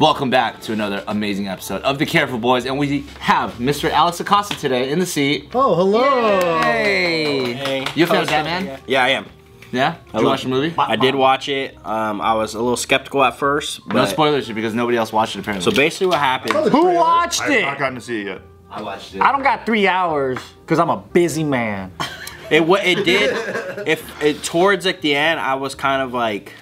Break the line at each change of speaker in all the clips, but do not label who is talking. Welcome back to another amazing episode of The Careful Boys, and we have Mr. Alex Acosta today in the seat.
Oh, hello.
Hey!
Hey.
You a fan
Oh,
of
it's
Batman?
Batman,
Yeah, I am.
Yeah? Did you
love
watch the
it.
movie?
I did watch it. Um, I was a little skeptical at first, but
No spoilers here because nobody else watched it apparently.
so basically what happened.
Who watched
I've
it?
not gotten to see it yet.
I watched it.
I don't got three hours because I'm a busy man.
It what it did. if it towards like the end, I was kind of like,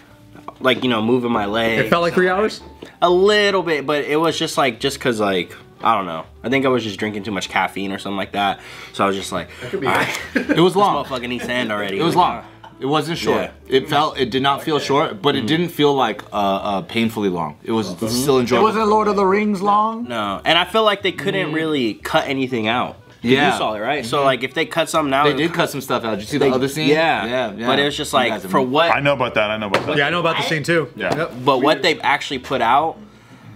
like you know, moving my leg.
It felt like three hours.
a little bit, but it was just like just cause like I don't know. I think I was just drinking too much caffeine or something like that. So I was just like, "All right,
It was
this
long.
motherfucker needs to end already.
It was long. It wasn't short. It felt. It did not feel short,
Mm-hmm.
but it didn't feel like uh, uh, painfully long. It was still enjoyable.
Wasn't Lord of the Rings long?
No, and I feel like they couldn't really cut anything out. 'Cause
Mm. Yeah. Mm-hmm.
you saw it right. So like if they cut something out,
They
it
did cut some stuff out. Did you see the
They-
other scene?
Yeah.
yeah, yeah.
But it was just
You
like
guys are-
for what
I know about that. I know about that.
Yeah, I know about the scene too.
Yeah.
Yep.
but what they've actually put out,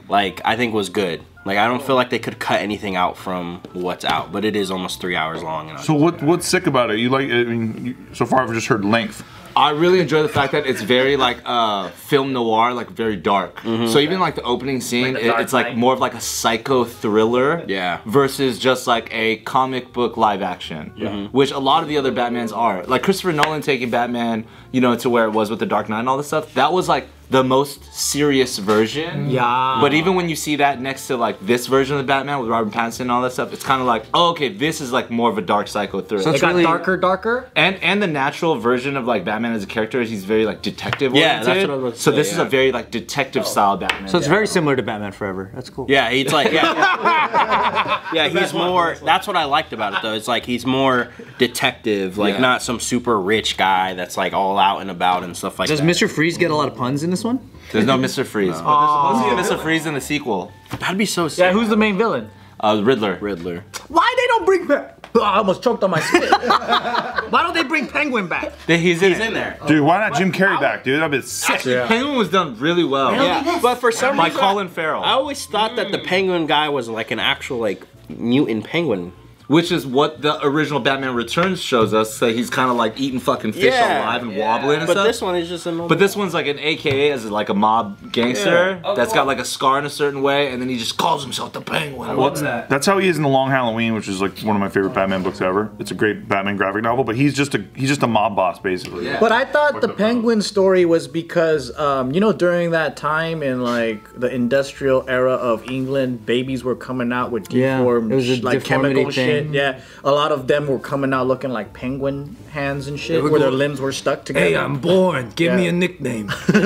like I think was good. Like I don't feel like they could cut anything out from what's out, but it is almost three hours long. And I-
So what? What's sick about it? You like? I mean, you, so far I've just heard length.
I really enjoy the fact that it's very like uh, film noir, like very dark. So even like the opening scene,
the
it-
Dark
it's like
Knight.
more of like a psycho thriller.
Yeah.
Versus just like a comic book live action. Yeah. Which a lot of the other Batmans are. Like Christopher Nolan taking Batman, you know, to where it was with the Dark Knight and all this stuff. That was like the most serious version.
Yeah.
But even when you see that next to like this version of the Batman with Robert Pattinson and all that stuff, it's kind of like, oh, okay, this is like more of a dark psycho thriller.
it got darker, darker.
And and the natural version of like Batman as a character is he's very like detective
Yeah,
oriented.
that's what I was about to
so
say,
this is a
yeah.
very like detective style Batman.
So it's very similar to Batman Forever. That's cool.
yeah, he's like yeah, yeah. He's more. That's what I liked about it though. It's like he's more detective, like
Yeah.
not some super rich guy that's like all out and about and stuff like
Does
that.
Mr. Freeze get a lot of puns in this one?
There's no Mr. Freeze. But there's supposed to be a Mr. Freeze in the sequel.
That'd be so
Yeah,
sick.
who's the main villain?
Uh, Riddler.
Riddler.
Why they don't bring back? Ah, I almost choked on my spit. Why don't they bring Penguin back?
They- He's in.
He's
it.
in there.
Dude, why not Jim Carrey back, dude? That'd be sick.
Penguin was done really well.
Yeah, but for some
By
reason,
Colin Farrell,
I always thought that the penguin guy was like an actual like mutant penguin.
which is what the original Batman Returns shows us. That he's kind of like eating fucking fish
Yeah.
alive and wobbling and
But
stuff.
this one is just a normal-
but this one's like an AKA as like a mob gangster
Yeah.
Oh,
that's
cool.
got like a scar in a certain way, and then he just calls himself the Penguin.
What's that?
That's how he is in the Long Halloween, which is like one of my favorite Batman books ever. It's a great Batman graphic novel, but he's just a he's just a mob boss basically.
Yeah.
But I thought the penguin story was because, um, you know, during that time in like the industrial era of England, babies were coming out with
Yeah,
deformed,
it was a
like
deformity
chemical
thing.
shit. Yeah, a lot of them were coming out looking like penguin hands and shit,
were um,
where their
going-
limbs were stuck together.
born. Give
me a
nickname.
they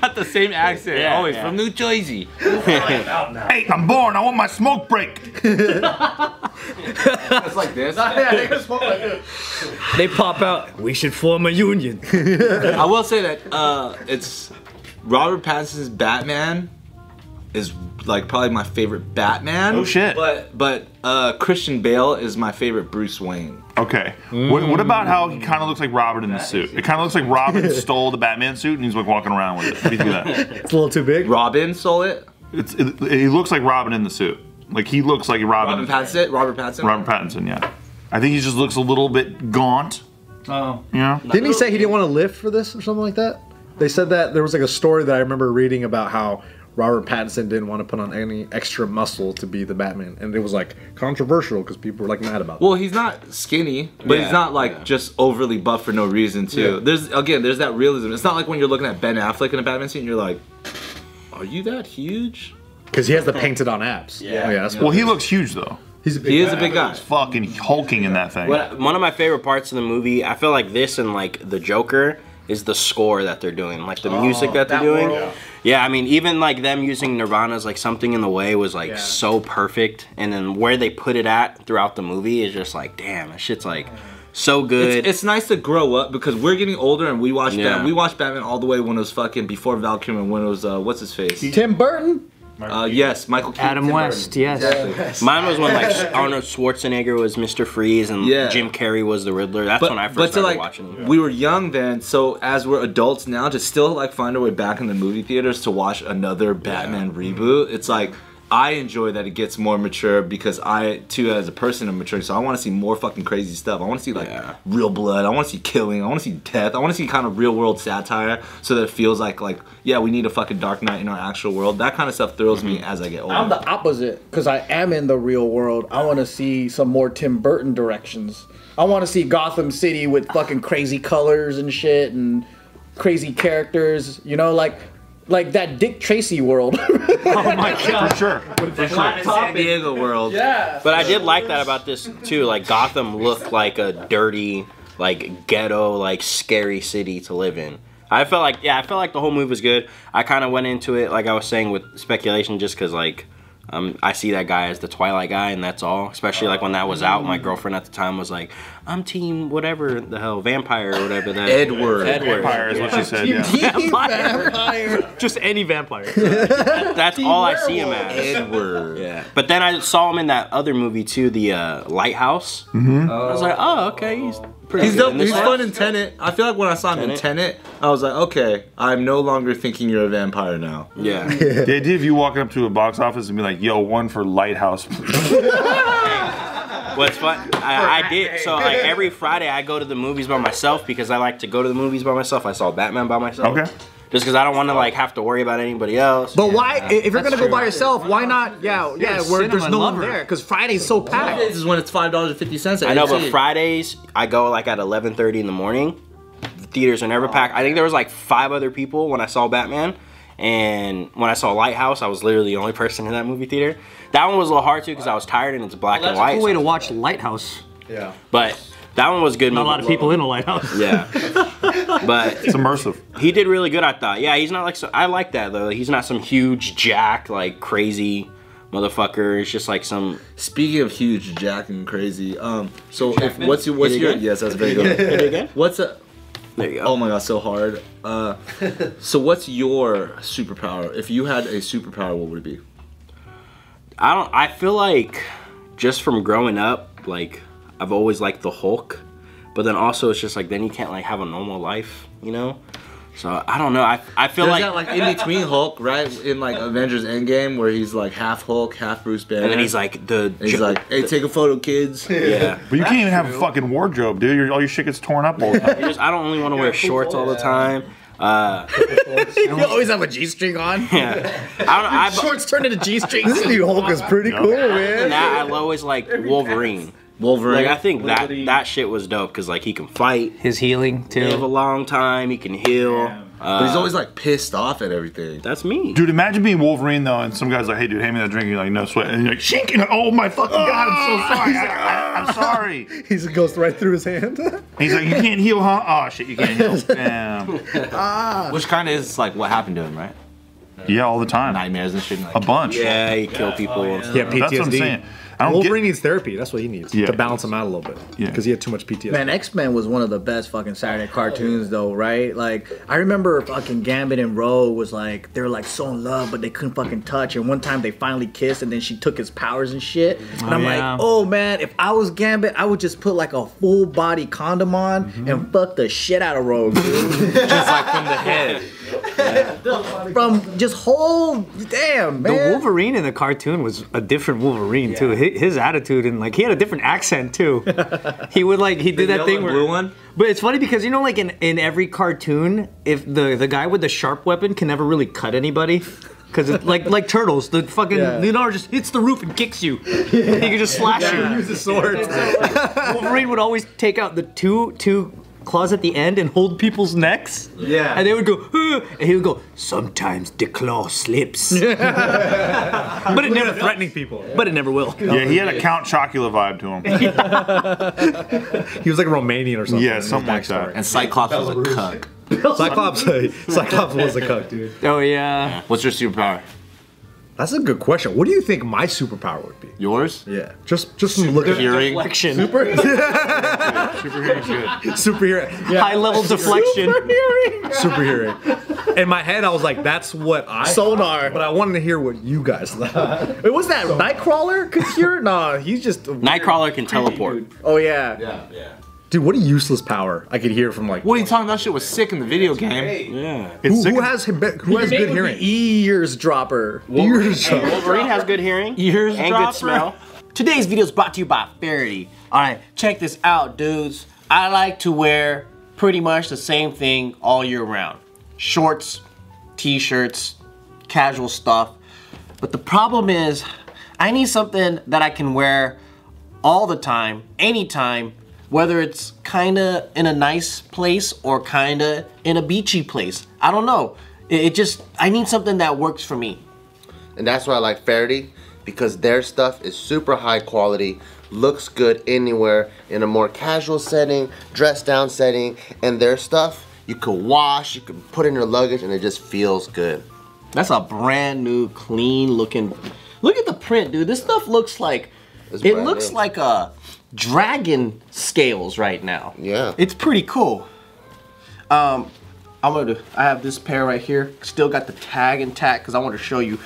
got the same accent.
Yeah,
always
yeah.
from New Jersey.
Hey, I'm born. I want my smoke break.
It's like this.
they pop out. We should form a union.
I will say that uh, it's Robert Pattinson's Batman is like probably my favorite Batman.
Oh, shit.
But but uh, Christian Bale is my favorite Bruce Wayne.
Okay. What, what about how he kind of looks like Robin in the suit? It kind of looks like Robin stole the Batman suit and he's like walking around with it. What do you think of that?
it's a little too big.
Robin stole it.
It's it, he looks like Robin in the suit. Like he looks like Robin.
Robin Pattinson. Robert Pattinson.
Robert Pattinson. Yeah. I think he just looks a little bit gaunt.
Oh.
You know.
Didn't he say he didn't want to live for this or something like that? They said that there was like a story that I remember reading about how Robert Pattinson didn't want to put on any extra muscle to be the Batman, and it was like controversial because people were like mad about. it.
Well, he's not skinny, but he's
Yeah,
not like
yeah.
just overly buff for no reason too.
Yeah.
There's again, there's that realism. It's not like when you're looking at Ben Affleck in a Batman scene, you're like, are you that huge?
Because he has the painted on abs. Yeah. Oh, yeah that's
Well, he looks huge though.
he's a big
He is a big guy.
Fucking hulking in that thing.
What, one of my favorite parts of the movie, I feel like this and like the Joker is the score that they're doing, like the music that they're doing. Yeah, I mean, even like them using Nirvana's like something in the way was like so perfect, and then where they put it at throughout the movie is just like, damn, that shit's like so good.
It's, it's nice to grow up because we're getting older and we watch
Yeah.
Batman. We watched Batman all the way when it was fucking before Val Kilmer. When it was uh, what's his face?
Tim Burton.
Uh, yes, Michael. Keaton,
Adam
Tim
West.
Burton.
Yes.
Mine was when like Arnold Schwarzenegger was Mr. Freeze and
Yeah.
Jim Carrey was the Riddler. That's
But,
when I first
but to
started
like,
watching them.
we were young then, so as we're adults now, to still like find our way back in the movie theaters to watch another Batman reboot, it's like I enjoy that it gets more mature because I too, as a person, am maturing. So I want to see more fucking crazy stuff. I want to see like
Yeah.
real blood. I want to see killing. I want to see death. I want to see kind of real world satire, so that it feels like like yeah, we need a fucking Dark Knight in our actual world. That kind of stuff thrills me
Mm-hmm.
as I get older.
I'm the opposite because I am in the real world. I want to see some more Tim Burton directions. I want to see Gotham City with fucking crazy colors and shit and crazy characters. You know, like like that Dick Tracy world.
Oh my god, for sure. For sure.
San Diego world.
yeah.
But I did like that about this too. Like Gotham looked like a dirty, like ghetto, like scary city to live in. I felt like yeah, I felt like the whole movie was good. I kind of went into it like I was saying with speculation, just because like. Um, I see that guy as the Twilight guy, and that's all. Especially like when that was out, my girlfriend at the time was like, "I'm team whatever the hell, vampire or whatever that."
Edward.
Edward.
Vampire is what she said. Yeah.
Just any vampire.
That's all I see him as.
Edward.
Yeah. But then I saw him in that other movie too, the uh, Lighthouse. Mm-hmm. I was like, oh, okay, he's pretty.
He's
good
dope.
in this
He's
one."
fun in Tenet. I feel like when I saw him in Tenet, I was like, okay, I'm no longer thinking you're a vampire now.
Yeah.
The idea of you walking up to a box office and be like, "Yo, one for Lighthouse."
What's fun? I, I did. So like every Friday, I go to the movies by myself because I like to go to the movies by myself. I saw Batman by myself.
Okay.
Just because I don't want to like have to worry about anybody else.
But why, i- if you're gonna go by yourself, why not? Yeah, yeah. where there's no one there because Friday's so packed.
This is when it's five dollars and fifty cents.
I know, but Fridays I go like at 11:30 in the morning. The theaters are never packed. I think there was like five other people when I saw Batman, and when I saw Lighthouse, I was literally the only person in that movie theater. That one was a little hard too because I was tired and it's black
That's
and
a
white.
cool way to watch Lighthouse.
but that one was good.
Not a
movie.
lot of people in a lighthouse.
Yeah, but
It's immersive.
he did really good. I thought. Yeah, he's not like so. I like that though. He's not some huge jack like crazy motherfucker. It's just like some
Speaking of huge, Jack and crazy. Um, so if what's your what's your
again?
yes, that's very good.
again.
What's a
There you go.
oh my god, so hard. Uh, so what's your superpower? If you had a superpower, what would it be?
I don't. I feel like just from growing up, like I've always liked the Hulk, but then also it's just like then you can't like have a normal life, you know. So I don't know. I I feel
There's
like,
that like in between Hulk, right? In like Avengers Endgame, where he's like half Hulk, half Bruce Banner,
and then he's like the
and he's
jo-
like, hey, take a photo, kids.
yeah.
But you can't even have a fucking wardrobe, dude. Your, all your shit gets torn up all the time.
I just- I don't only want to wear shorts all the time. Uh,
You always have a G-string on.
I don't know. I've,
Shorts turned into G-strings.
This new Hulk is pretty cool, man.
now I've always like Wolverine.
Wolverine.
Like I think that that shit was dope because like he can fight,
His healing
he live a
too.
long time, he can heal.
but he's always like pissed off at everything.
That's me.
Dude, imagine being Wolverine though, and some guy's like, "Hey, dude, hand me that drink." And you're like, "No sweat," and you're like, "Shink!" And you're like, "Oh my fucking god, I'm so sorry. I, am sorry." And
He goes right through his hand.
he's like, "You can't heal, huh? Oh shit, you can't heal." Damn.
Which kind of is like what happened to him, right?
Yeah, all the time,
Nightmares and shit.
a bunch.
yeah, he kill people.
Yeah,
That's what I'm saying. I don't
Wolverine
get.
needs therapy. That's what he needs
Yeah.
to balance him out a little bit.
Yeah.
Because he had too much PTSD.
Man, X Men was one of the best fucking Saturday cartoons, though, right? Like, I remember fucking Gambit and Rogue was like, they were like so in love, but they couldn't fucking touch. And one time they finally kissed, and then she took his powers and shit. And I'm
yeah.
like, oh man, if I was Gambit, I would just put like a full body condom on and fuck the shit out of Rogue, dude. From just whole, damn,
The
man.
Wolverine in the cartoon was a different Wolverine too. His, his attitude and like he had a different accent too. he would like he did that thing where
blue one.
But it's funny because you know, like in, in every cartoon, if the the guy with the sharp weapon can never really cut anybody, because like like turtles, the fucking
Yeah.
Leonardo just hits the roof and kicks you. He can just slash you. Use a sword. Wolverine would always take out the two two claws at the end and hold people's necks.
Yeah.
And they would go, "Huh," and he would go. Sometimes the claw slips. but it never
threatening people.
But it never will.
Yeah, he had a Count Chocula vibe to him.
He was like Romanian or something.
Yeah, something like that.
And Cyclops was a cuck.
Cyclops, Cyclops was a cuck, dude.
Oh yeah.
What's your superpower?
That's a good question. What do you think my superpower would be?
Yours?
Yeah, just just from looking
Hearing.
Deflection.
Superhero's good.
superhero,
High level deflection.
superhero. In my head, I was like, "That's what I."
Sonar.
but I wanted to hear what you guys thought.
It was that Nightcrawler? Cause you're, nah, he's just. a weird-
Nightcrawler can teleport.
Oh, yeah.
Yeah, yeah.
Dude, what a useless power! I could hear from like
What are you talking about? That Shit was sick in the video game.
Yeah.
It's
who,
sick.
who has him- who has good hearing?
Ears dropper.
Ears
Hey,
E dropper.
Wolverine has good hearing.
Ears
and
dropper.
good smell. Today's video is brought to you by Faraday. All right, check this out, dudes. I like to wear pretty much the same thing all year round: shorts, t-shirts, casual stuff. But the problem is, I need something that I can wear all the time, anytime, whether it's kinda in a nice place or kinda in a beachy place. I don't know. It, it just, I need something that works for me.
and that's why I like Faraday because their stuff is super high quality, looks good anywhere in a more casual setting, dress down setting, and their stuff you could wash, you could put in your luggage, and it just feels good.
That's a brand new, clean looking. Look at the print, dude. This stuff looks like.
It's
it
brand
looks
new.
like a dragon scales right now.
Yeah.
It's pretty cool. Um, I wanted to. I have this pair right here. Still got the tag intact because I want to show you.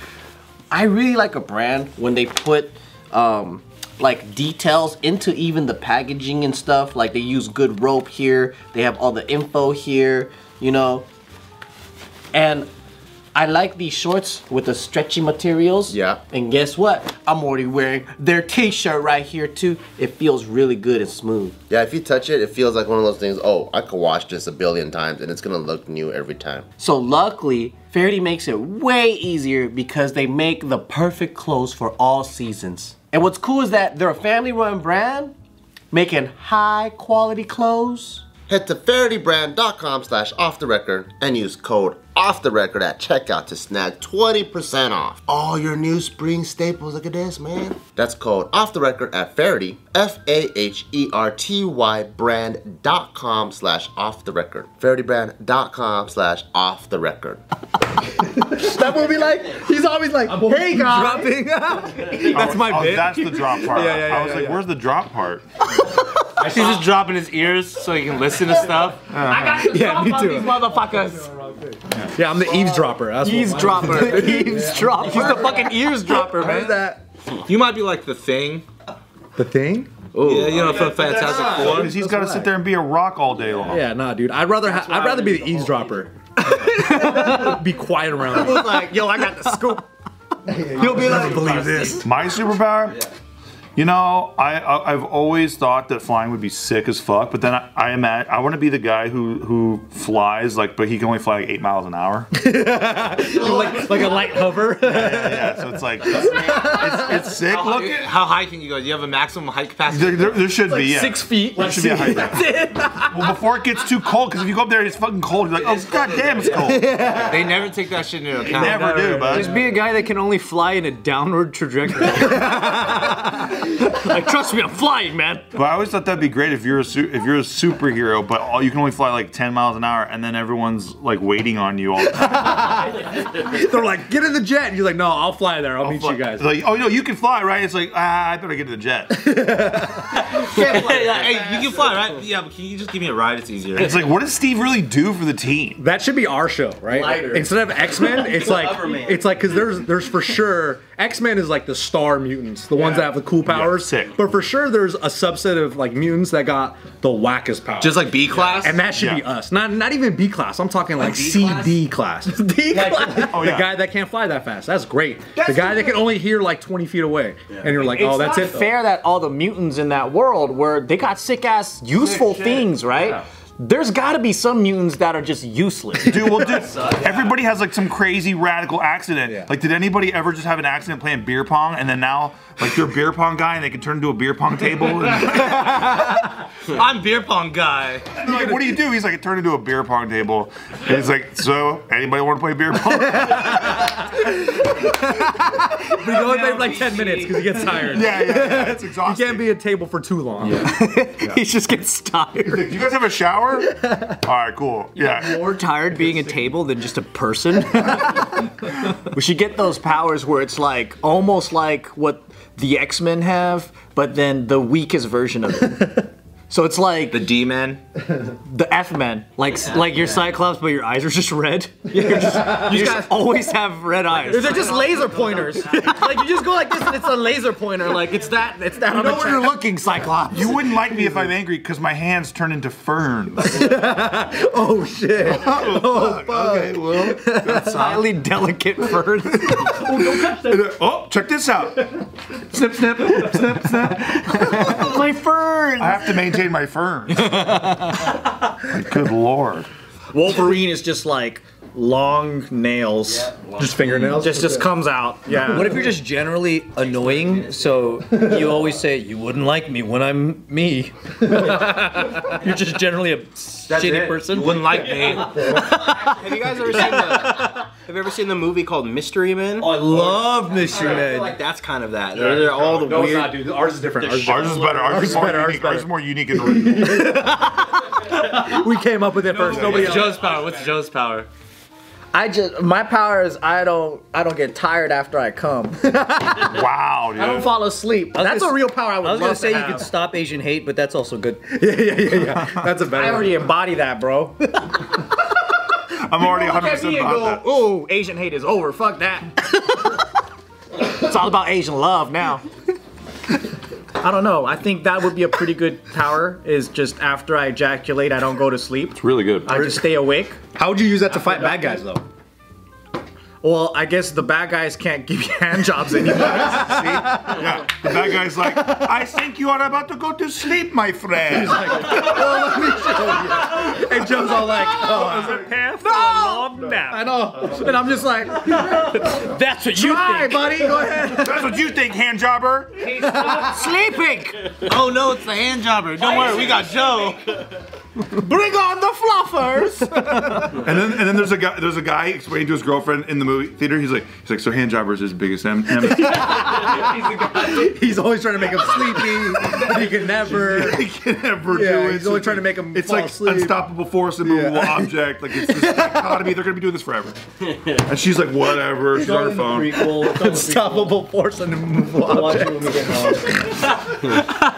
I really like a brand when they put um, like details into even the packaging and stuff. Like they use good rope here. They have all the info here. You know, and I like these shorts with the stretchy materials.
Yeah.
And guess what? I'm already wearing their t-shirt right here too. It feels really good and smooth.
Yeah, if you touch it, it feels like one of those things, oh, I could wash this a billion times and it's gonna look new every time.
So luckily, Faraday makes it way easier because they make the perfect clothes for all seasons. And what's cool is that they're a family-run brand making high quality clothes.
Head to faradaybrand.com slash off the record and use code off the record at checkout to snag 20% off all your new spring staples. Look at this, man. That's code off the record at Faraday, F A H E R T Y brand.com slash off the record. Faradaybrand.com slash off the record.
that will be like he's always like, hey guys. That's my
oh,
bit.
that's the drop part.
Yeah, yeah,
I was
yeah,
like,
yeah.
where's the drop part?
He's just dropping his ears so he can listen to stuff.
yeah, me too.
motherfuckers.
Yeah, I'm the eavesdropper. That's
Eavesdropper.
Eavesdropper. He's the fucking eavesdropper,
What
man.
is that?
You might be like the thing.
The thing?
yeah, you know, from Fantastic Four.
Because he's got to sit there and be a rock all day long.
Yeah, nah, dude. I'd rather ha- I'd rather be the eavesdropper. be quiet around me.
Like, yo, I got the scoop. You'll be like,
Believe this.
My superpower? You know, I, I I've always thought that flying would be sick as fuck, but then I, I am at, I want to be the guy who who flies like, but he can only fly like eight miles an hour.
Like like a light hover.
yeah, so it's like it's, it's sick looking.
How high can you go? Do you have a maximum height
There,
capacity?
there, there should be yeah.
Six feet.
There should be a height. well, before it gets too cold, because if you go up there, it's fucking cold. You're like, oh god damn, it's cold.
They never take that shit into account.
Never do,
Just
bud.
be a guy that can only fly in a downward trajectory. like, trust me, I'm flying, man.
But I always thought that'd be great if you're a su- if you're a superhero, but all you can only fly like ten miles an hour, and then everyone's like waiting on you all the time.
They're like, get in the jet. And you're like, no, I'll fly there. I'll, meet you guys.
It's like, oh no, you can fly, right? It's like, ah, I better get to the jet.
Yeah, hey, you can fly, right? Yeah, but can you just give me a ride? It's easier.
It's like, what does Steve really do for the team?
That should be our show, right?
Lighter.
Instead of X Men, it's like it's like because there's there's for sure X Men is like the star mutants, the ones that have the cool powers.
sick.
But for sure, there's a subset of like mutants that got the wackest powers.
Just like B class.
and that should be
Yeah.
us. Not not even B class. I'm talking like C D class. D class.
Oh,
the
yeah.
guy that can't fly that fast. That's great. the guy that can only hear like 20 feet away, and you're like, oh, that's
not
it. though.
fair that all the mutants in that world were they got sick ass useful things, right? There's got to be some mutants that are just useless.
Dude, well, dude, everybody has like some crazy radical accident. Like, did anybody ever just have an accident playing beer pong, and then now like they're a beer pong guy, and they can turn into a beer pong table? And,
I'm beer pong guy.
like, what do you do? He's like, it turned into a beer pong table. And he's like, so anybody want to play beer pong?
But he only played for like 10 minutes because he gets tired.
yeah, yeah, yeah, it's
You
exhausting.
can't be at table for too long.
he just gets tired.
Do you guys have a shower? All right, cool. Yeah.
More tired being a table than just a person. we should get those powers where it's like almost like what the X Men have, but then the weakest version of it.
So it's like
The
the,
D man.
F men, like like your Cyclops, but your eyes are just red. You're just- you just always have red eyes.
They're just laser pointers. like you just go like this, and it's a laser pointer. Like it's that. It's that. on the chest.
looking, Cyclops.
You wouldn't like me if I'm angry because my hands turn into ferns.
Oh shit!
Oh, okay, well, that's hot.
highly delicate fur.
Oh, check this out. snip, snip, snip, snip.
My fur.
I have to maintain my ferns. Like, Good lord.
Wolverine is just like long nails.
Just fingernails.
Just just comes out. Yeah.
What if you're just generally annoying? So you always say you wouldn't like me when I'm me. you're just generally a shitty person.
Wouldn't like me.
Have you guys ever seen the? Have you ever seen the movie called Mystery Men?
I love Mystery
I feel
Man.
like that's kind of that. They're, they're all the weird.
dude. Ours is different.
Ours is better. Ours is more
better, ours is
unique. Ours is
better.
more unique and original.
We came up with it first. Nobody else.
Joe's power. What's Joe's power?
I just my power is I don't I don't get tired after I come.
Wow, dude.
I don't fall asleep.
was
That's
gonna
a real power I would
I was
love
gonna say
to
you
have.
could stop Asian hate, but that's also good.
Yeah, yeah, yeah, yeah. That's a
I
better. one.
already embody that, bro.
I'm already 100 percent about that.
oh, Asian hate is over. Fuck that.
It's all about Asian love now.
I don't know. I think that would be a pretty good power. Is just after I ejaculate, I don't go to sleep.
It's really good.
I just stay awake.
How would you use that to fight bad guys though?
Well, I guess the bad guys can't give you hand jobs anymore.
Yeah, the bad guy's like, I think you are about to go to sleep, my friend.
"Oh, And Joe's all like, "Oh,
no!
I know. And I'm just like,
That's what you
hi, buddy, go ahead.
That's what you think, hand jobber.
Sleeping.
Oh no, it's the hand jobber. Don't worry, we got Joe.
Bring on the fluffers.
And then, and then there's a guy. There's a guy explaining to his girlfriend in the movie theater. He's like, he's like, so hand jobber is his biggest M. M-
He's always trying to make him sleepy, but he can never.
he can never
Yeah,
do it.
he's always
it's
trying
like-
to make him
It's
fall
like
asleep.
unstoppable force, immovable
Yeah.
object. Like it's this dichotomy. They're gonna be doing this forever. And she's like, whatever. She's on her phone.
Unstoppable force and immovable object.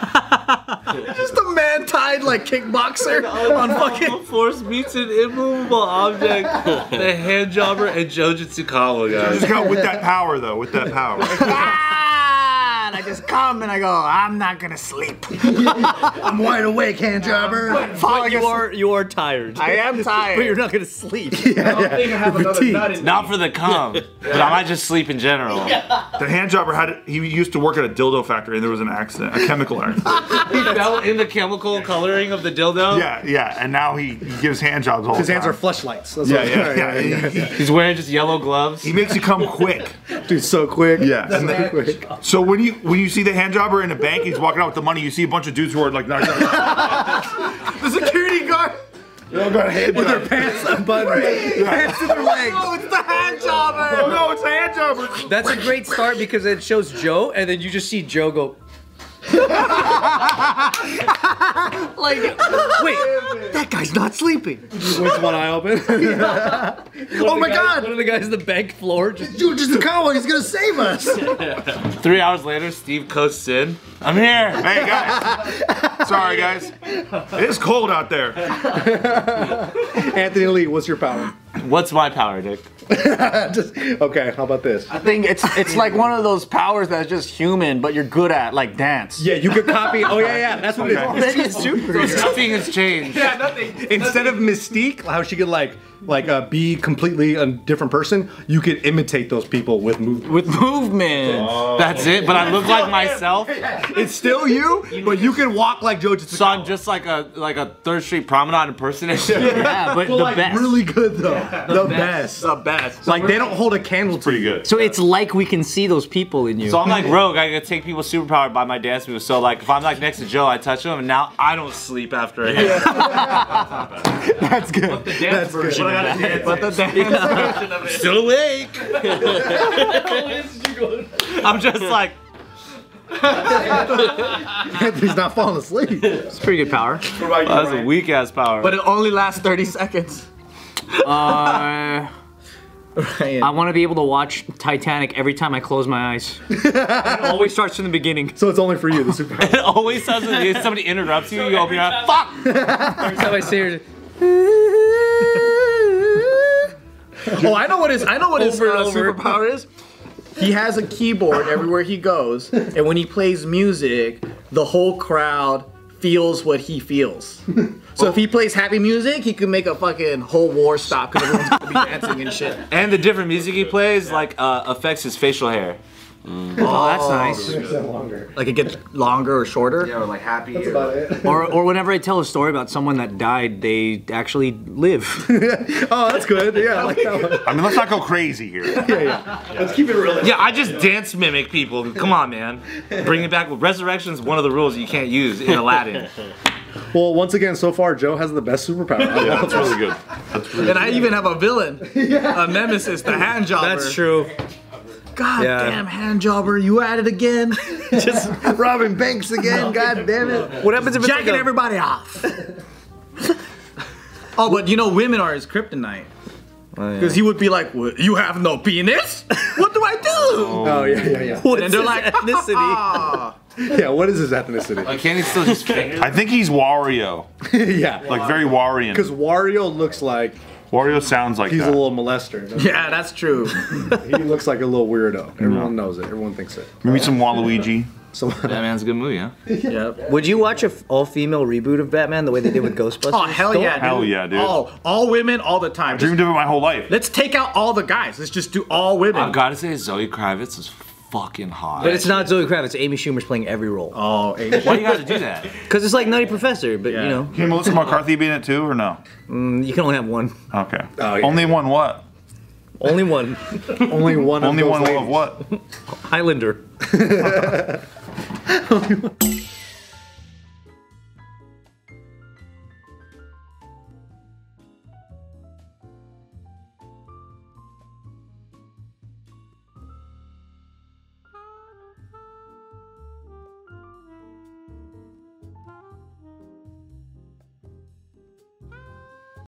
just a man tied like kickboxer on fucking.
Force meets an immovable object. The hand jobber and Jojutsu Kawa, guys.
Just go with that power though. With that power.
Ah! And I just come and I go. I'm not gonna sleep.
I'm wide awake, hand jobber.
But you are you are tired.
I am tired.
but you're not gonna sleep.
Not for the cum, but I might just sleep in general.
The hand jobber had. He used to work at a dildo factory, and there was an accident, a chemical accident.
He fell in the chemical coloring of the dildo.
Yeah, yeah. And now he, he gives hand jobs all
His
the
hands
time.
are fleshlights. That's
Yeah,
what-
yeah, yeah. He- He,
He's wearing just yellow gloves.
he makes you come quick.
Dude, so quick.
Yeah.
So
And then-
quick.
So when you when you see the hand jobber in a bank, he's walking out with the money. You see a bunch of dudes who are like, no, no, no.
The security guard
they all got a hand
with their
job.
pants unbuttoned, pants to their legs.
it's the hand jobber.
Oh no, it's a hand jobber.
That's a great start because it shows Joe, and then you just see Joe go. like, wait, that guy's not sleeping.
With one eye open.
Oh
my God.
One of the guys in the bank floor just
Dude, just a cowboy. He's gonna save us.
Three hours later, Steve coasts in. I'm here.
Hey guys, sorry guys, it's cold out there.
Anthony Lee, what's your power?
What's my power, Dick?
Just, okay, how about this?
I think it's it's like one of those powers that's just human, but you're good at, like dance.
Yeah, you could copy. Oh yeah, yeah, that's what it is.
Nothing has changed.
Instead of Mystique, how she could like like uh, be completely a different person, you could imitate those people with movement.
with movement.
That's it. But I look like myself,
It's still you, but you can walk like Joe
so I'm just like a like a Third Street Promenade impersonation.
yeah, but the
like
best.
really good though. the, best.
The best.
Like they don't hold a candle to
Pretty
you.
good.
so it's like we can see those people in you.
So I'm like rogue. I can take people's superpower by my dance moves. So like if I'm like next to Joe, I touch him, and now I don't sleep after it.
That's good. the dance That's version. Good.
but the dance.
Still awake. I'm just like
Anthony's not falling asleep.
It's pretty good power.
that's a weak ass power.
But it only lasts 30 seconds.
Uh, Ryan.
I want to be able to watch Titanic every time I close my eyes. it always starts from the beginning.
So it's only for you, the super.
It always sounds like if somebody interrupts you, you open your mouth. Fuck!
Every time I see her,
oh, I know what his I know what his
Over and
uh,
over.
superpower is. He has a keyboard everywhere he goes, and when he plays music, the whole crowd feels what he feels. So if he plays happy music, he can make a fucking whole war stop because everyone's gonna be dancing and shit.
And the different music he plays like uh, affects his facial hair.
oh, that's nice.
Like it gets longer or shorter.
Or like happy. or-
Or, or whenever I tell a story about someone that died, they actually live.
Oh, that's good. Yeah, I like that one.
I mean, let's not go crazy here.
Let's keep it real.
Yeah, I just dance mimic people. Come on, man. Bring it back. Resurrection's one of the rules you can't use in Aladdin.
Well, once again, so far Joe has the best superpower.
Yeah, that's really good.
And I even have a villain, a nemesis, the hand jobber.
That's true.
God damn hand jobber, you at it again. Just robbing banks again, god damn it.
What happens if it's like
Jacking
a-
everybody off. oh, but you know women are his kryptonite.
Oh,
Because he would be like, "What, "You have no penis? What do I do?"
Oh yeah, yeah, yeah.
What's
And they're
his
like,
ethnicity?
Yeah, what is his ethnicity?
But can he still just fingers?
I think he's Wario,
yeah,
like very Warian.
because Wario looks like
Wario sounds like
he's
that.
a little molester.
Yeah, that's true.
He looks like a little weirdo.
Mm.
Everyone knows it. Everyone thinks it.
Maybe some Waluigi.
So
Batman's a good movie, huh?
Would you watch a all-female reboot of Batman the way they did with Ghostbusters?
Oh hell
Don't-
yeah, dude.
Hell yeah, dude.
All, all women, all the time. Just-
Dreamed of it my whole life.
let's take out all the guys. Let's just do all women.
I've got to say, Zoe Kravitz is fucking hot.
But it's not Zoe Kravitz. Amy Schumer's playing every role.
oh, hey,
Why do you got to do that?
Because it's like Nutty Professor, but you know,
Can Melissa McCarthy be in it too, or no?
you can only have one.
Okay.
Oh, yeah.
Only one what?
Only one.
only one.
Only
of those
one
ladies.
of what?
Highlander.